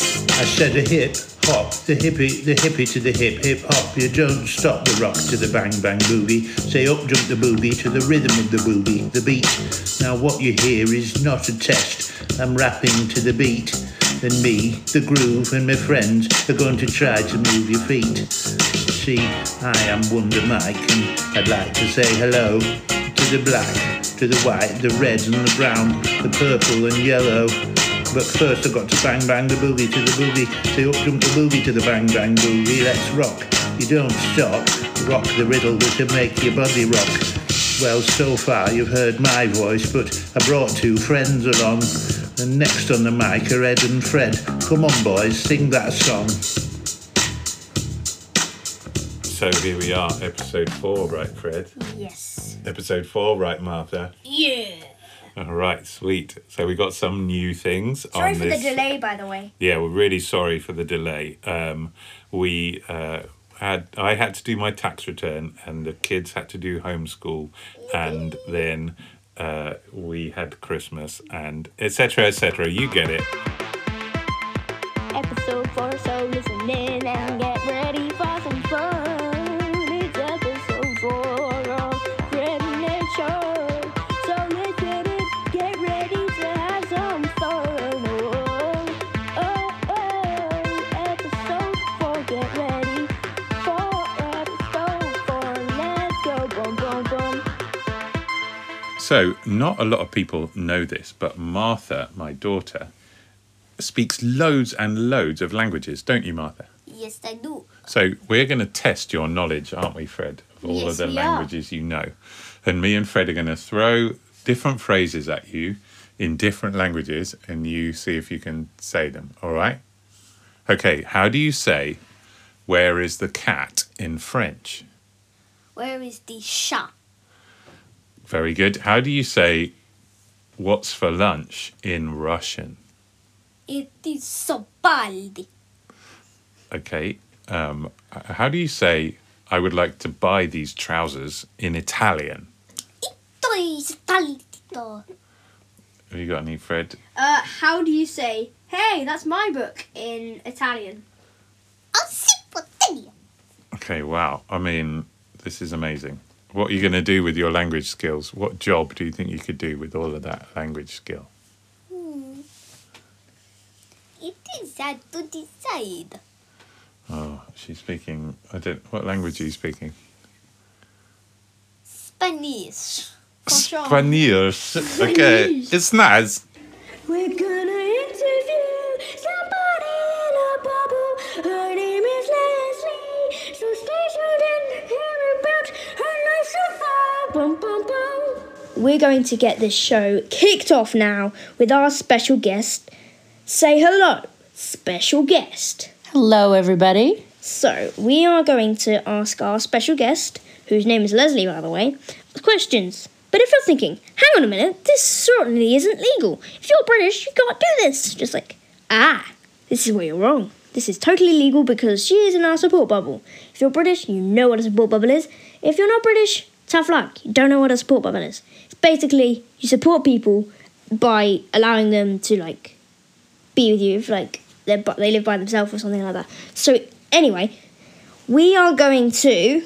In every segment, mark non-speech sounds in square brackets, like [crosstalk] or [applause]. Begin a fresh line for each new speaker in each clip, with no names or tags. said a hip hop, the hippie, the hippie to the hip hip hop. You don't stop the rock to the bang bang boogie. Say up jump the booby to the rhythm of the booby, the beat. Now what you hear is not a test. I'm rapping to the beat. And me, the groove, and my friends are going to try to move your feet. See, I am Wonder Mike, and I'd like to say hello to the black, to the white, the red and the brown, the purple and yellow. But first I've got to bang bang the boogie to the boogie, so up jump the boogie to the bang bang boogie, let's rock. You don't stop, rock the riddle that will make your body rock. Well, so far you've heard my voice, but I brought two friends along. And next on the mic are Ed and Fred. Come on boys, sing that song.
So here we are, episode four, right, Fred?
Yes.
Episode four, right, Martha?
Hmm. Yeah.
All right, sweet. So we got some new things
Sorry
on
for
this.
the delay, by the way.
Yeah, we're really sorry for the delay. Um, we uh, had I had to do my tax return, and the kids had to do homeschool, and then uh, we had Christmas and etc. etc. You get it.
episode four, so listen in and get ready for some fun. It's episode four of Fred and Ed Show. So listen in, get ready to have some fun. Oh, oh, oh. Episode four, get ready for episode four. Let's go, boom, boom, boom.
So not a lot of people know this, but Martha, my daughter, speaks loads and loads of languages, don't you, Martha?
Yes, I do.
So we're going to test your knowledge, aren't we, Fred? Of all of
Yes,
the
we are.
languages you know, and me and Fred are going to throw different phrases at you in different languages, and you see if you can say them. All right? Okay. How do you say "Where is the cat" in French?
Where is the shop?
Very good. How do you say "What's for lunch" in Russian?
It is so baldi.
Okay. Um, h- how do you say "I would like to buy these trousers" in Italian? Have you got any, Fred?
Uh, how do you say, hey, that's my book in Italian?
Okay, wow. I mean, this is amazing. What are you going to do with your language skills? What job do you think you could do with all of that language skill?
E
It is hard to decide.
Oh, she's speaking. I don't. What language are you speaking?
Spanish.
Spanish. Okay, it's nice.
We're gonna interview somebody in a bubble. Her name is Leslie. So stay tuned and hear about her life so far. Bum, bum, bum.
We're going to get this show kicked off now with our special guest. Say hello, special guest.
Hello, everybody.
So, we are going to ask our special guest, whose name is Leslie, by the way, questions. But if you're thinking, hang on a minute, this certainly isn't legal. If you're British, you can't do this. Just like, ah, this is where you're wrong. This is totally legal because she is in our support bubble. If you're British, you know what a support bubble is. If you're not British, tough luck. You don't know what a support bubble is. It's basically you support people by allowing them to like be with you if like they're, bu- they live by themselves or something like that. So anyway, we are going to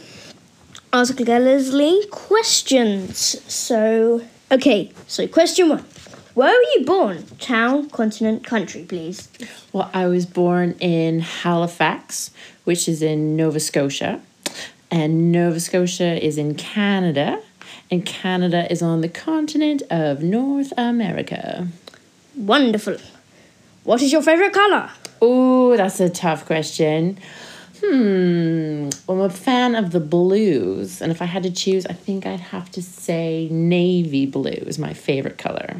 ask Leslie questions. So okay, so question one: Where were you born? Town, continent, country, please.
Well, I was born in Halifax, which is in Nova Scotia. And Nova Scotia is in Canada. And Canada is on the continent of North America.
Wonderful. What is your favorite color?
Oh, that's a tough question. Hmm. Well, I'm a fan of the blues. And if I had to choose, I think I'd have to say navy blue is my favorite color.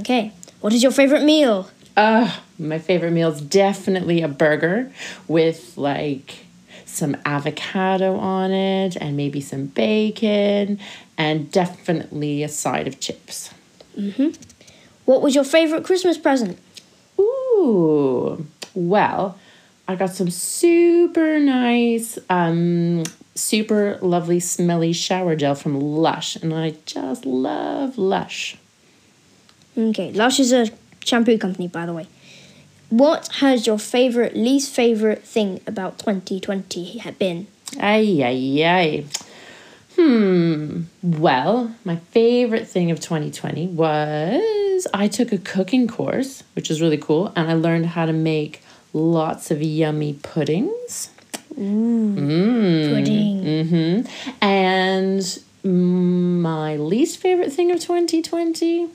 Okay. What is your favorite meal?
Uh, my favorite meal is definitely a burger with like some avocado on it and maybe some bacon and definitely a side of chips.
What was your favorite Christmas present?
Ooh. Well, I got some super nice um super lovely smelly shower gel from Lush and I just love Lush.
Okay, Lush is a shampoo company, by the way.
What has your favourite, least favourite thing about 2020 ha- been?
Ay, ay, ay. Hmm. Well, my favorite thing of 2020 was I took a cooking course, which was really cool, and I learned how to make lots of yummy puddings.
Pudding.
hmm And my least favorite thing of 2020?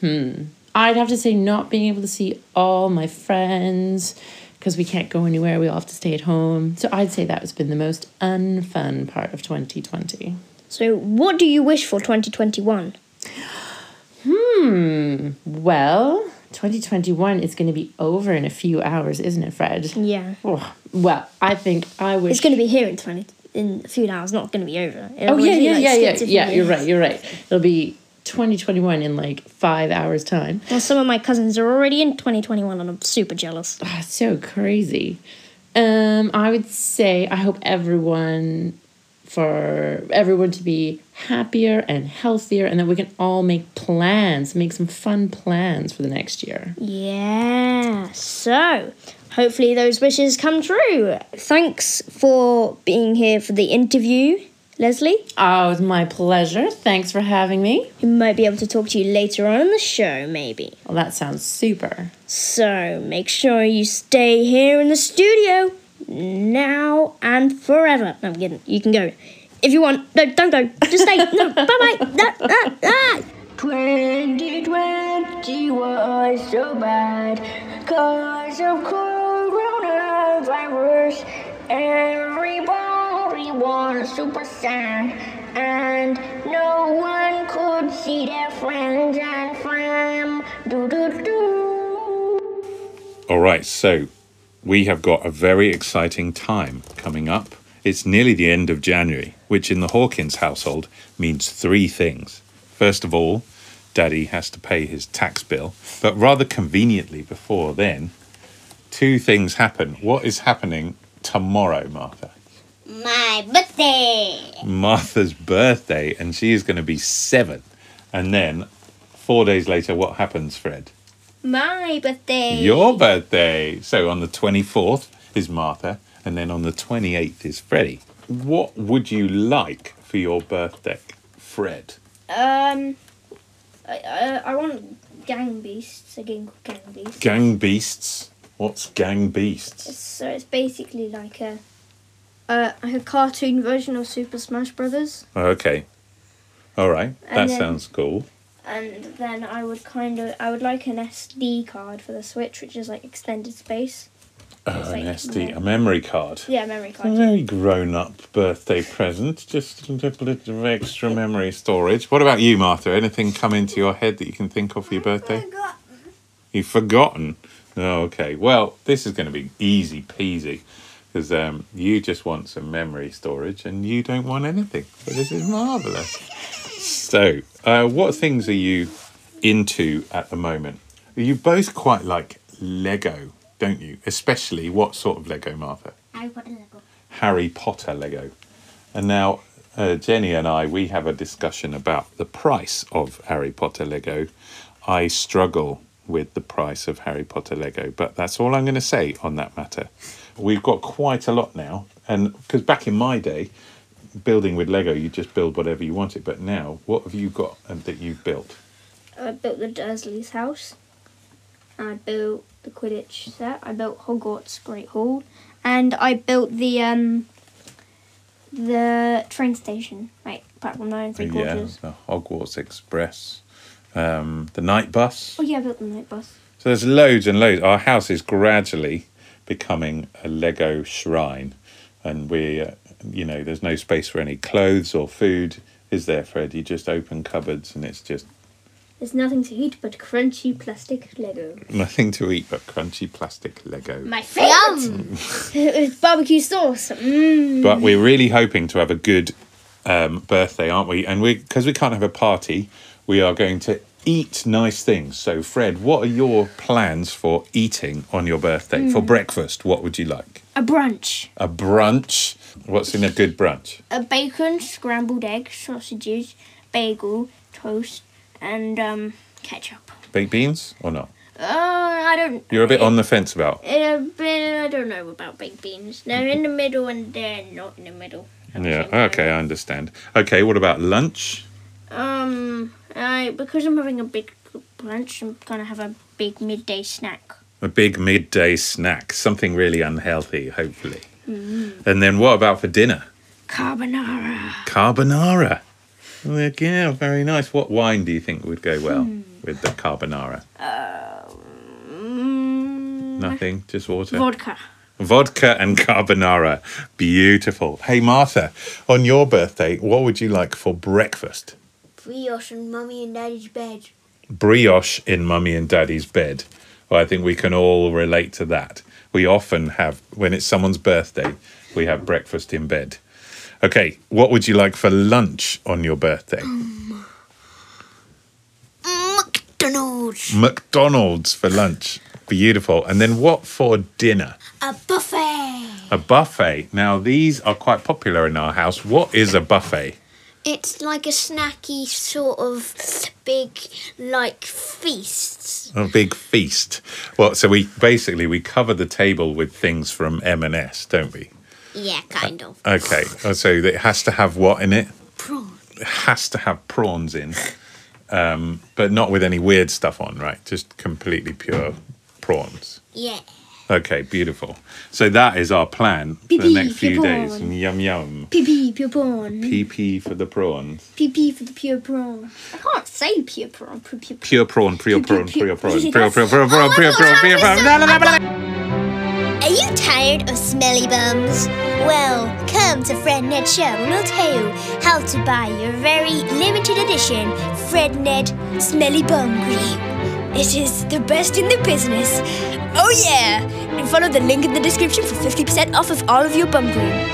Hmm. I'd have to say not being able to see all my friends because we can't go anywhere. We all have to stay at home. So I'd say that has been the most unfun part of 2020.
So, what do you wish for 2021?
Hmm. Well, 2021 is going to be over in a few hours, isn't it, Fred?
Yeah.
Oh, well, I think I wish.
It's going to be here in 20 in a few hours, not going to be over. It'll
Oh yeah,
always be,
yeah,
like,
yeah, yeah,
skipped a few
yeah. You're
years.
right. You're right. It'll be 2021 in like five hours time.
Well, some of my cousins are already in 2021 and I'm super jealous.
Ah, so crazy. Um, I would say I hope everyone for everyone to be happier and healthier, and that we can all make plans, make some fun plans for the next year. Ah,
Yeah. So, hopefully those wishes come true. Thanks for being here for the interview, Leslie.
Oh, it was my pleasure. Thanks for having me.
We might be able to talk to you later on in the show, maybe.
Well, that sounds super.
So, make sure you stay here in the studio now and forever. No, I'm kidding. You can go if you want. No, don't go. Just stay.
[laughs]
no, bye bye. No, ah, ah.
2020 was so bad because of coronavirus. Everybody was super sad, and no one could see their friends and fam. Do do do.
All right, so we have got a very exciting time coming up. It's nearly the end of January, which in the Hawkins household means three things. First of all, Daddy has to pay his tax bill, but rather conveniently before then, two things happen. What is happening tomorrow, Martha?
My birthday.
Martha's birthday, and she is going to be seven. And then four days later, what happens, Fred?
My birthday.
Your birthday. So on the 24th is Martha, and then on the 28th is Freddie. What would you like for your birthday, Fred?
Um, I, I, I want gang beasts. A gang, gang beast.
Gang Beasts. What's Gang Beasts?
So it's basically like a, uh, like a cartoon version of Super Smash Brothers.
Okay. All right. That
And then-
sounds cool.
And then I would kind of, I would like an SD card for the Switch, which is like extended space.
Oh, an
like
SD,
more-
a memory card.
Yeah, memory
A
card.
very grown up birthday present, just a little bit of extra memory storage. What about you, Martha? Anything come into your head that you can think of for your birthday? You've forgotten. Oh, okay. Well, this is going to be easy peasy because um, you just want some memory storage and you don't want anything. But this is marvelous. So, uh, what things are you into at the moment? You both quite like Lego, don't you? Especially what sort of Lego, Martha?
I want a Lego.
Harry Potter Lego. And now uh, Jenny and I, we have a discussion about the price of Harry Potter Lego. I struggle with the price of Harry Potter Lego, but that's all I'm going to say on that matter. We've got quite a lot now, and because back in my day, building with Lego, you just build whatever you wanted. But now, what have you got uh, that you've built?
I built the Dursley's house. I built the Quidditch set. I built Hogwarts Great Hall, and I built the um, the train station, like platform nine and three quarters.
the Hogwarts Express, um, the night bus.
Oh yeah, I built the night bus.
So there's loads and loads. Our house is gradually becoming a Lego shrine, and we, uh, you know, there's no space for any clothes or food, is there, Fred? You just open cupboards, and it's just
There's nothing to eat but crunchy plastic Lego.
nothing to eat but crunchy plastic Lego.
My favorite. [laughs] With barbecue sauce. Mmm.
but we're really hoping to have a good um, birthday, aren't we? And we, because we can't have a party, we are going to eat nice things. So, Fred, what are your plans for eating on your birthday? For breakfast, what would you like?
A brunch.
A brunch. What's in a good brunch?
A bacon, scrambled eggs, sausages, bagel, toast, and um, ketchup.
Baked beans or not?
Uh, I don't.
You're a bit on the fence about.
Uh, but I don't know about baked beans. They're in the middle and they're not in the middle.
Yeah. Okay, I understand. Okay, what about lunch?
Um, I because I'm having a big lunch, I'm gonna have a big midday snack.
A big midday snack, something really unhealthy, hopefully. And then what about for dinner?
Carbonara.
Carbonara. Well, Yeah, very nice. What wine do you think would go well with the carbonara?
Mm,
Nothing, just water.
vodka.
Vodka and carbonara. Beautiful. Hey, Martha, on your birthday, what would you like for breakfast?
Brioche and mummy and daddy's bed.
brioche in mummy and daddy's bed. Well, I think we can all relate to that. We often have, when it's someone's birthday, we have breakfast in bed. Okay, what would you like for lunch on your birthday?
McDonald's.
McDonald's for lunch. Beautiful. And then what for dinner?
A buffet.
A buffet. Now, these are quite popular in our house. What is a buffet?
It's like a snacky sort of big like feasts.
a big feast. Well, so we basically we cover the table with things from M&S, don't we?
Yeah, kind of.
Okay, oh, so it has to have what in it?
Prawn.
It has to have prawns in, um, but not with any weird stuff on, right? Just completely pure prawns.
Yeah.
Okay, beautiful. So that is our plan for the
Pee-pee,
next few
pure
days.
prawn.
Yum yum.
PP pure prawn.
PP for the prawns.
PP for the pure prawn.
I can't say pure prawn. Pure, pure,
Pure prawn, pure prawn, pure prawn, pure prawn, pure prawn,
Oh, I
pure
thought I
prawn, pure
was
prawn.
a-
La, la, la, la.
Are you tired of smelly bums? Well, come to Fred Ned Show and we'll tell you how to buy your very limited edition Fred Ned Smelly Bum Cream. It is the best in the business. Oh yeah! And follow the link in the description for 50% off of all of your bum cream.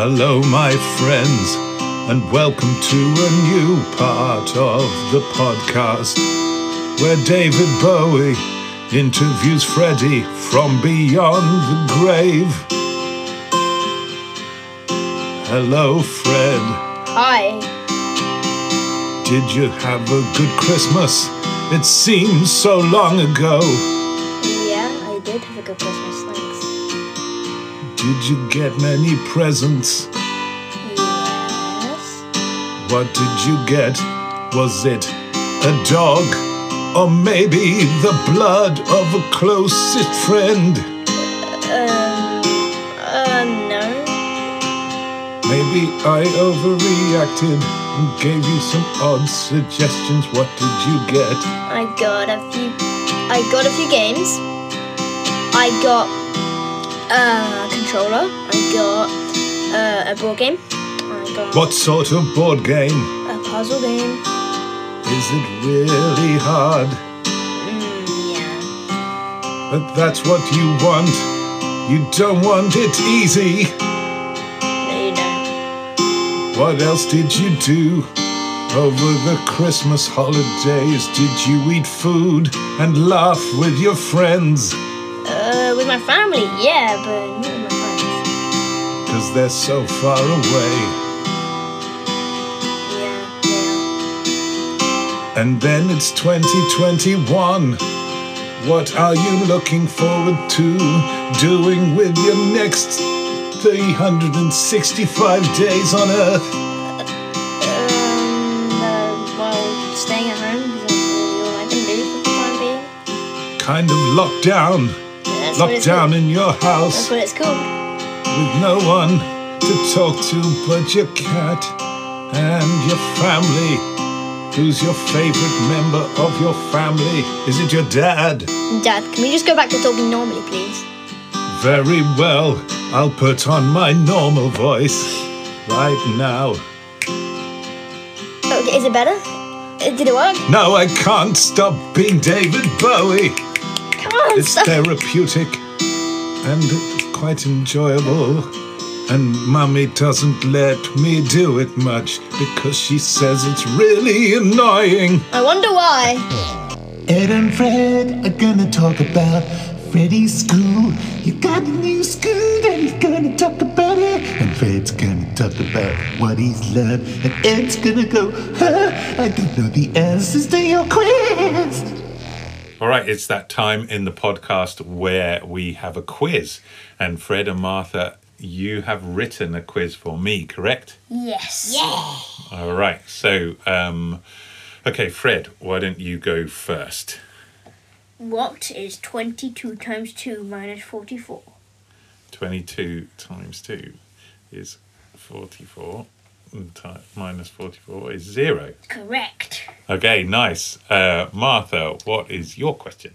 Hello, my friends, and welcome to a new part of the podcast where David Bowie interviews Freddie from beyond the grave. Hello, Fred.
Hi.
Did you have a good Christmas? It seems so long ago.
Yeah, I did have a good Christmas. Thanks.
Did you get many presents?
Yes.
What did you get? Was it a dog? Or maybe the blood of a closest friend?
Um. Uh. No.
Maybe I overreacted and gave you some odd suggestions. What did you get?
I got a few. I got a few games. I got a controller. I got uh, a board game. I got
What sort of board game?
a puzzle game.
Is it really hard?
Mm, yeah.
But that's what you want. You don't want it easy.
No, you don't.
What else did you do over the Christmas holidays? Did you eat food and laugh with your friends?
Uh, with my family, yeah, but not with my friends.
Cause they're so far away.
Yeah, yeah.
And then it's 2021. What are you looking forward to doing with your next 365 days on Earth?
Um, uh, well, staying at home because that's really all I can do for the time being.
Kind of lockdown.
That's what it's
Lockdown
called.
in your house.
That's what it's called.
with no one to talk to but your cat and your family. Who's your favorite member of your family? Is it your dad?
Dad, can we just go back to talking normally, please?
Very well, I'll put on my normal voice right now.
Okay, Oh, is it better? Uh, Did it work?
No, I can't stop being David Bowie.
Come on,
It's
stop.
therapeutic and quite enjoyable. And Mummy doesn't let me do it much because she says it's really annoying.
I wonder why.
Ed and Fred are gonna talk about Freddy's school. You got a new school that he's gonna talk about it. And Fred's gonna talk about what he's learned. And Ed's gonna go, huh? I don't know the answers to your quiz.
All right, it's that time in the podcast where we have a quiz. And Fred and Martha, you have written a quiz for me, correct?
Yes.
All right. So, um, okay, Fred, why don't you go first?
What is 22 times 2 minus 44?
22 times 2 is 44. and ti- Minus 44 is 0.
Correct.
Okay, nice. Uh, Martha, what is your question?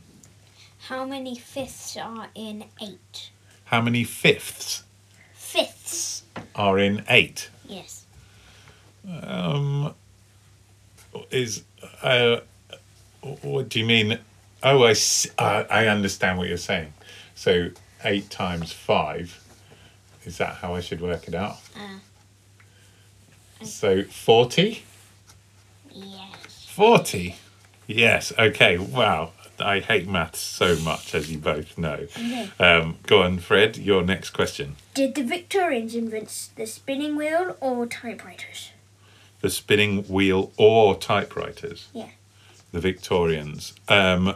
How many fifths are in eight?
How many fifths
Fifths.
are in 8?
Yes.
Um, is uh, what do you mean? Oh, I s- uh, I understand what you're saying. So eight times five, is that how I should work it out? so forty.
Yes.
Forty. Yes. Okay. Wow. I hate maths so much, as you both know. Um, go on, Fred. Your next question.
Did the Victorians invent the spinning wheel or typewriters?
the spinning wheel or typewriters?
Yeah.
The Victorians. Um,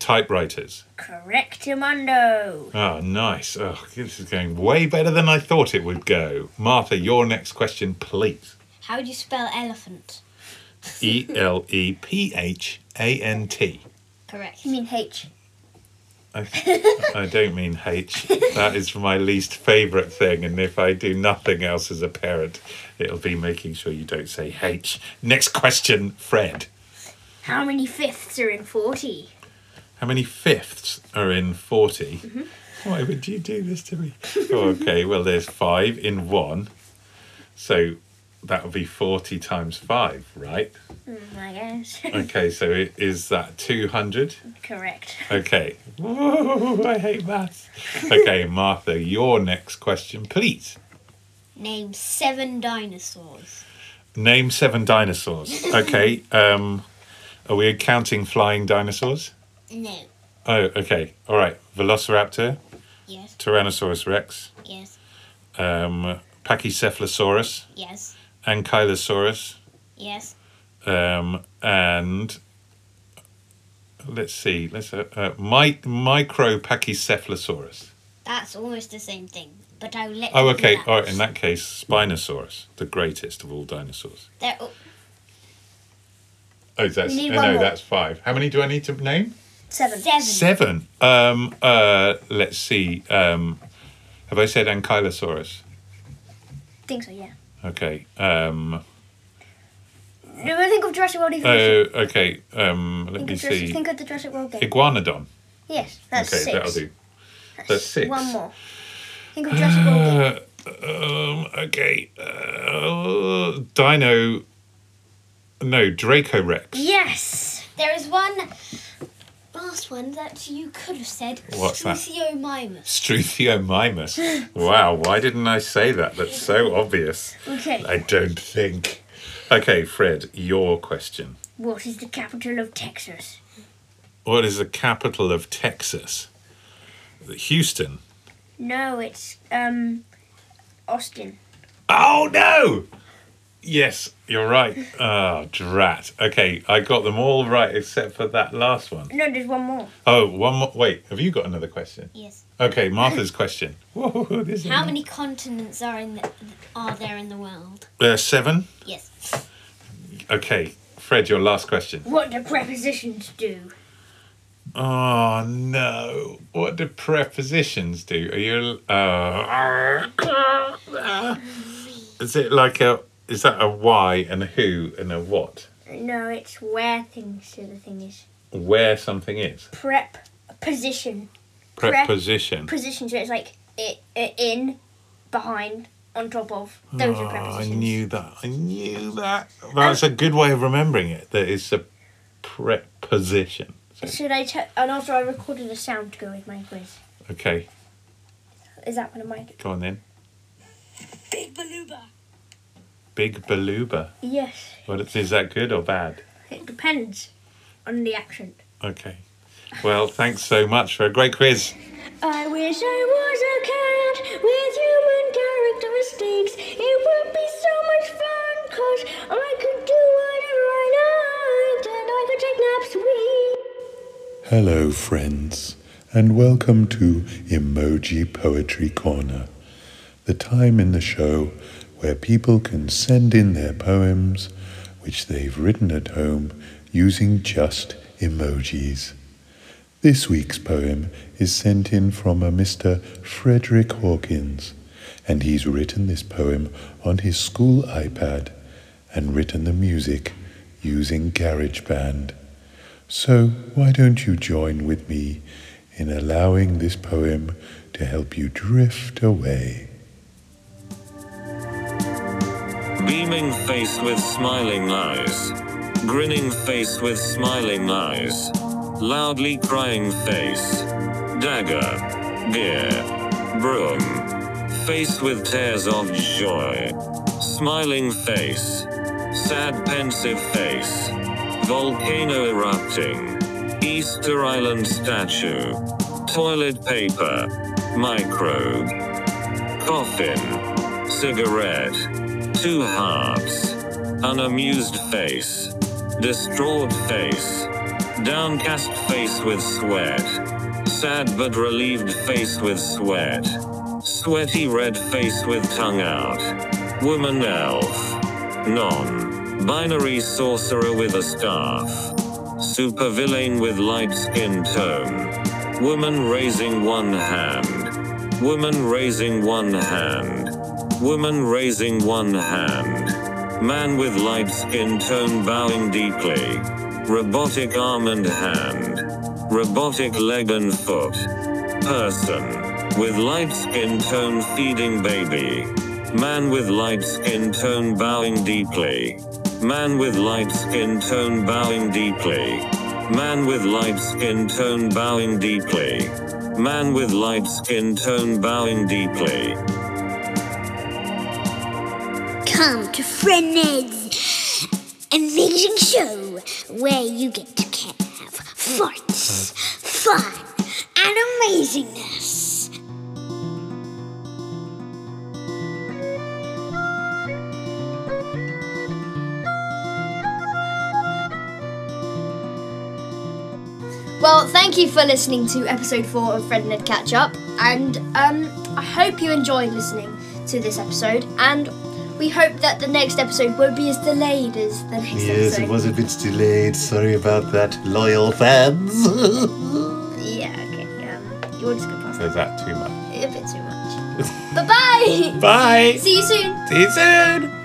typewriters.
Correct, Amundo.
Oh, nice. Oh, this is going way better than I thought it would go. Martha, your next question, please.
How do you spell elephant?
E L E P H A N T.
Correct.
You mean H.
I, I don't mean H. That is my least favourite thing, and if I do nothing else as a parent, it'll be making sure you don't say H. Next question, Fred.
How many fifths are in 40?
How many fifths are in 40? Why would you do this to me? Oh, okay, well, there's five in one. So that would be 40 times five, right?
I guess. [laughs]
Okay, so it, is that 200?
Correct.
Okay. Whoa, I hate maths. [laughs] Okay, Martha, your next question, please.
Name seven dinosaurs.
Name
[laughs]
seven dinosaurs. Okay, um, are we counting flying dinosaurs?
No.
Oh, okay. All right. Velociraptor,
Yes.
Tyrannosaurus Rex,
Yes.
um, Pachycephalosaurus,
Yes.
Ankylosaurus,
Yes.
um, and let's see, let's uh, uh, mi- micro Pachycephalosaurus.
That's almost the same thing. But I will let.
Oh,
you do
okay.
that.
All right. In that case, Spinosaurus, the greatest of all dinosaurs.
They're all-
Oh, that's
Need
no,
one
no,
more.
that's five. How many do I need to name?
Seven.
Seven. Um, uh, let's see. Um, have I said Ankylosaurus?
think so, yeah.
Okay. Um,
No, I think of Jurassic World
oh,
Evolution.
okay. Um, let
think,
me
of Jurassic,
see.
think of the Jurassic World game.
Iguanodon.
Yes, that's
okay,
6
that'll do. That's six.
One more. Think of Jurassic
[sighs]
World game.
Uh, um, okay. Uh, Dino. No, Draco Rex. [laughs]
Yes!
There is one last one that you could have said.
What's that?
Struthiomimus.
Struthiomimus. wow, why didn't I say that? That's so obvious.
Okay.
I don't think. Okay, Fred, your question.
What is the capital of Texas?
What is the capital of Texas? Houston.
No, it's um Austin.
Oh no! Yes, you're right. Oh, drat. Okay, I got them all right except for that last one.
No, there's one more.
Oh, one more. Wait, have you got another question?
Yes.
Okay, Martha's question. [laughs] Whoa, this is-
How many continents are in the, are there in the world?
Uh, seven.
Yes.
Okay, Fred, your last question.
What do prepositions do?
Oh no! What do prepositions do? Are you? Uh, is it like a? Is that a why and a who and a what?
No, it's where things so the thing is.
Where something is.
Prep position.
Preposition.
Position so it's like it, it in, behind, on top of. Those
Oh,
are
I
prepositions.
knew that. I knew that. That's a good way of remembering it. That it's a preposition.
Should I t- and also I recorded a sound to go with my quiz.
Okay,
Is that one of my
go on then. Big Baluba.
Yes.
What is that good or bad?
It depends on the accent.
Okay. Well, thanks so much for a great quiz.
I wish I was a cat with human characteristics. It would be so much fun, cause I could do whatever I liked and I could take naps with.
Hello, friends, and welcome to Emoji Poetry Corner, the time in the show where people can send in their poems which they've written at home using just emojis. This week's poem is sent in from a Mr. Frederick Hawkins, and he's written this poem on his school iPad and written the music using GarageBand. So, why don't you join with me in allowing this poem to help you drift away?
Beaming face with smiling eyes. Grinning face with smiling eyes. Loudly crying face. Dagger. Gear. Broom. Face with tears of joy. Smiling face. Sad pensive face. Volcano erupting. Easter Island statue. Toilet paper. Microbe. Coffin. Cigarette. Two hearts. Unamused face. Distraught face. Downcast face with sweat. Sad but relieved face with sweat. Sweaty red face with tongue out. Woman elf. Non. Binary sorcerer with a staff. Supervillain with light skin tone. Woman raising one hand. Woman raising one hand. Woman raising one hand. Man with light skin tone bowing deeply. Robotic arm and hand. Robotic leg and foot. Person. With light skin tone feeding baby. Man with light skin tone bowing deeply. Man with light skin tone bowing deeply. Man with light skin tone bowing deeply. Man with light skin tone bowing deeply.
Come to Friend Ned's amazing show where you get to ca- have farts, fun, and amazingness.
Well, thank you for listening to episode four of Fred and Ed Catch Up, and um, I hope you enjoyed listening to this episode. And we hope that the next episode won't be as delayed as the next
Yes,
episode.
it was a bit delayed. Sorry about that, loyal fans. [laughs]
Yeah, okay. Um, you want to go past
Is that too much?
that a bit too much. Bye bye.
Bye.
See you soon.
See you soon.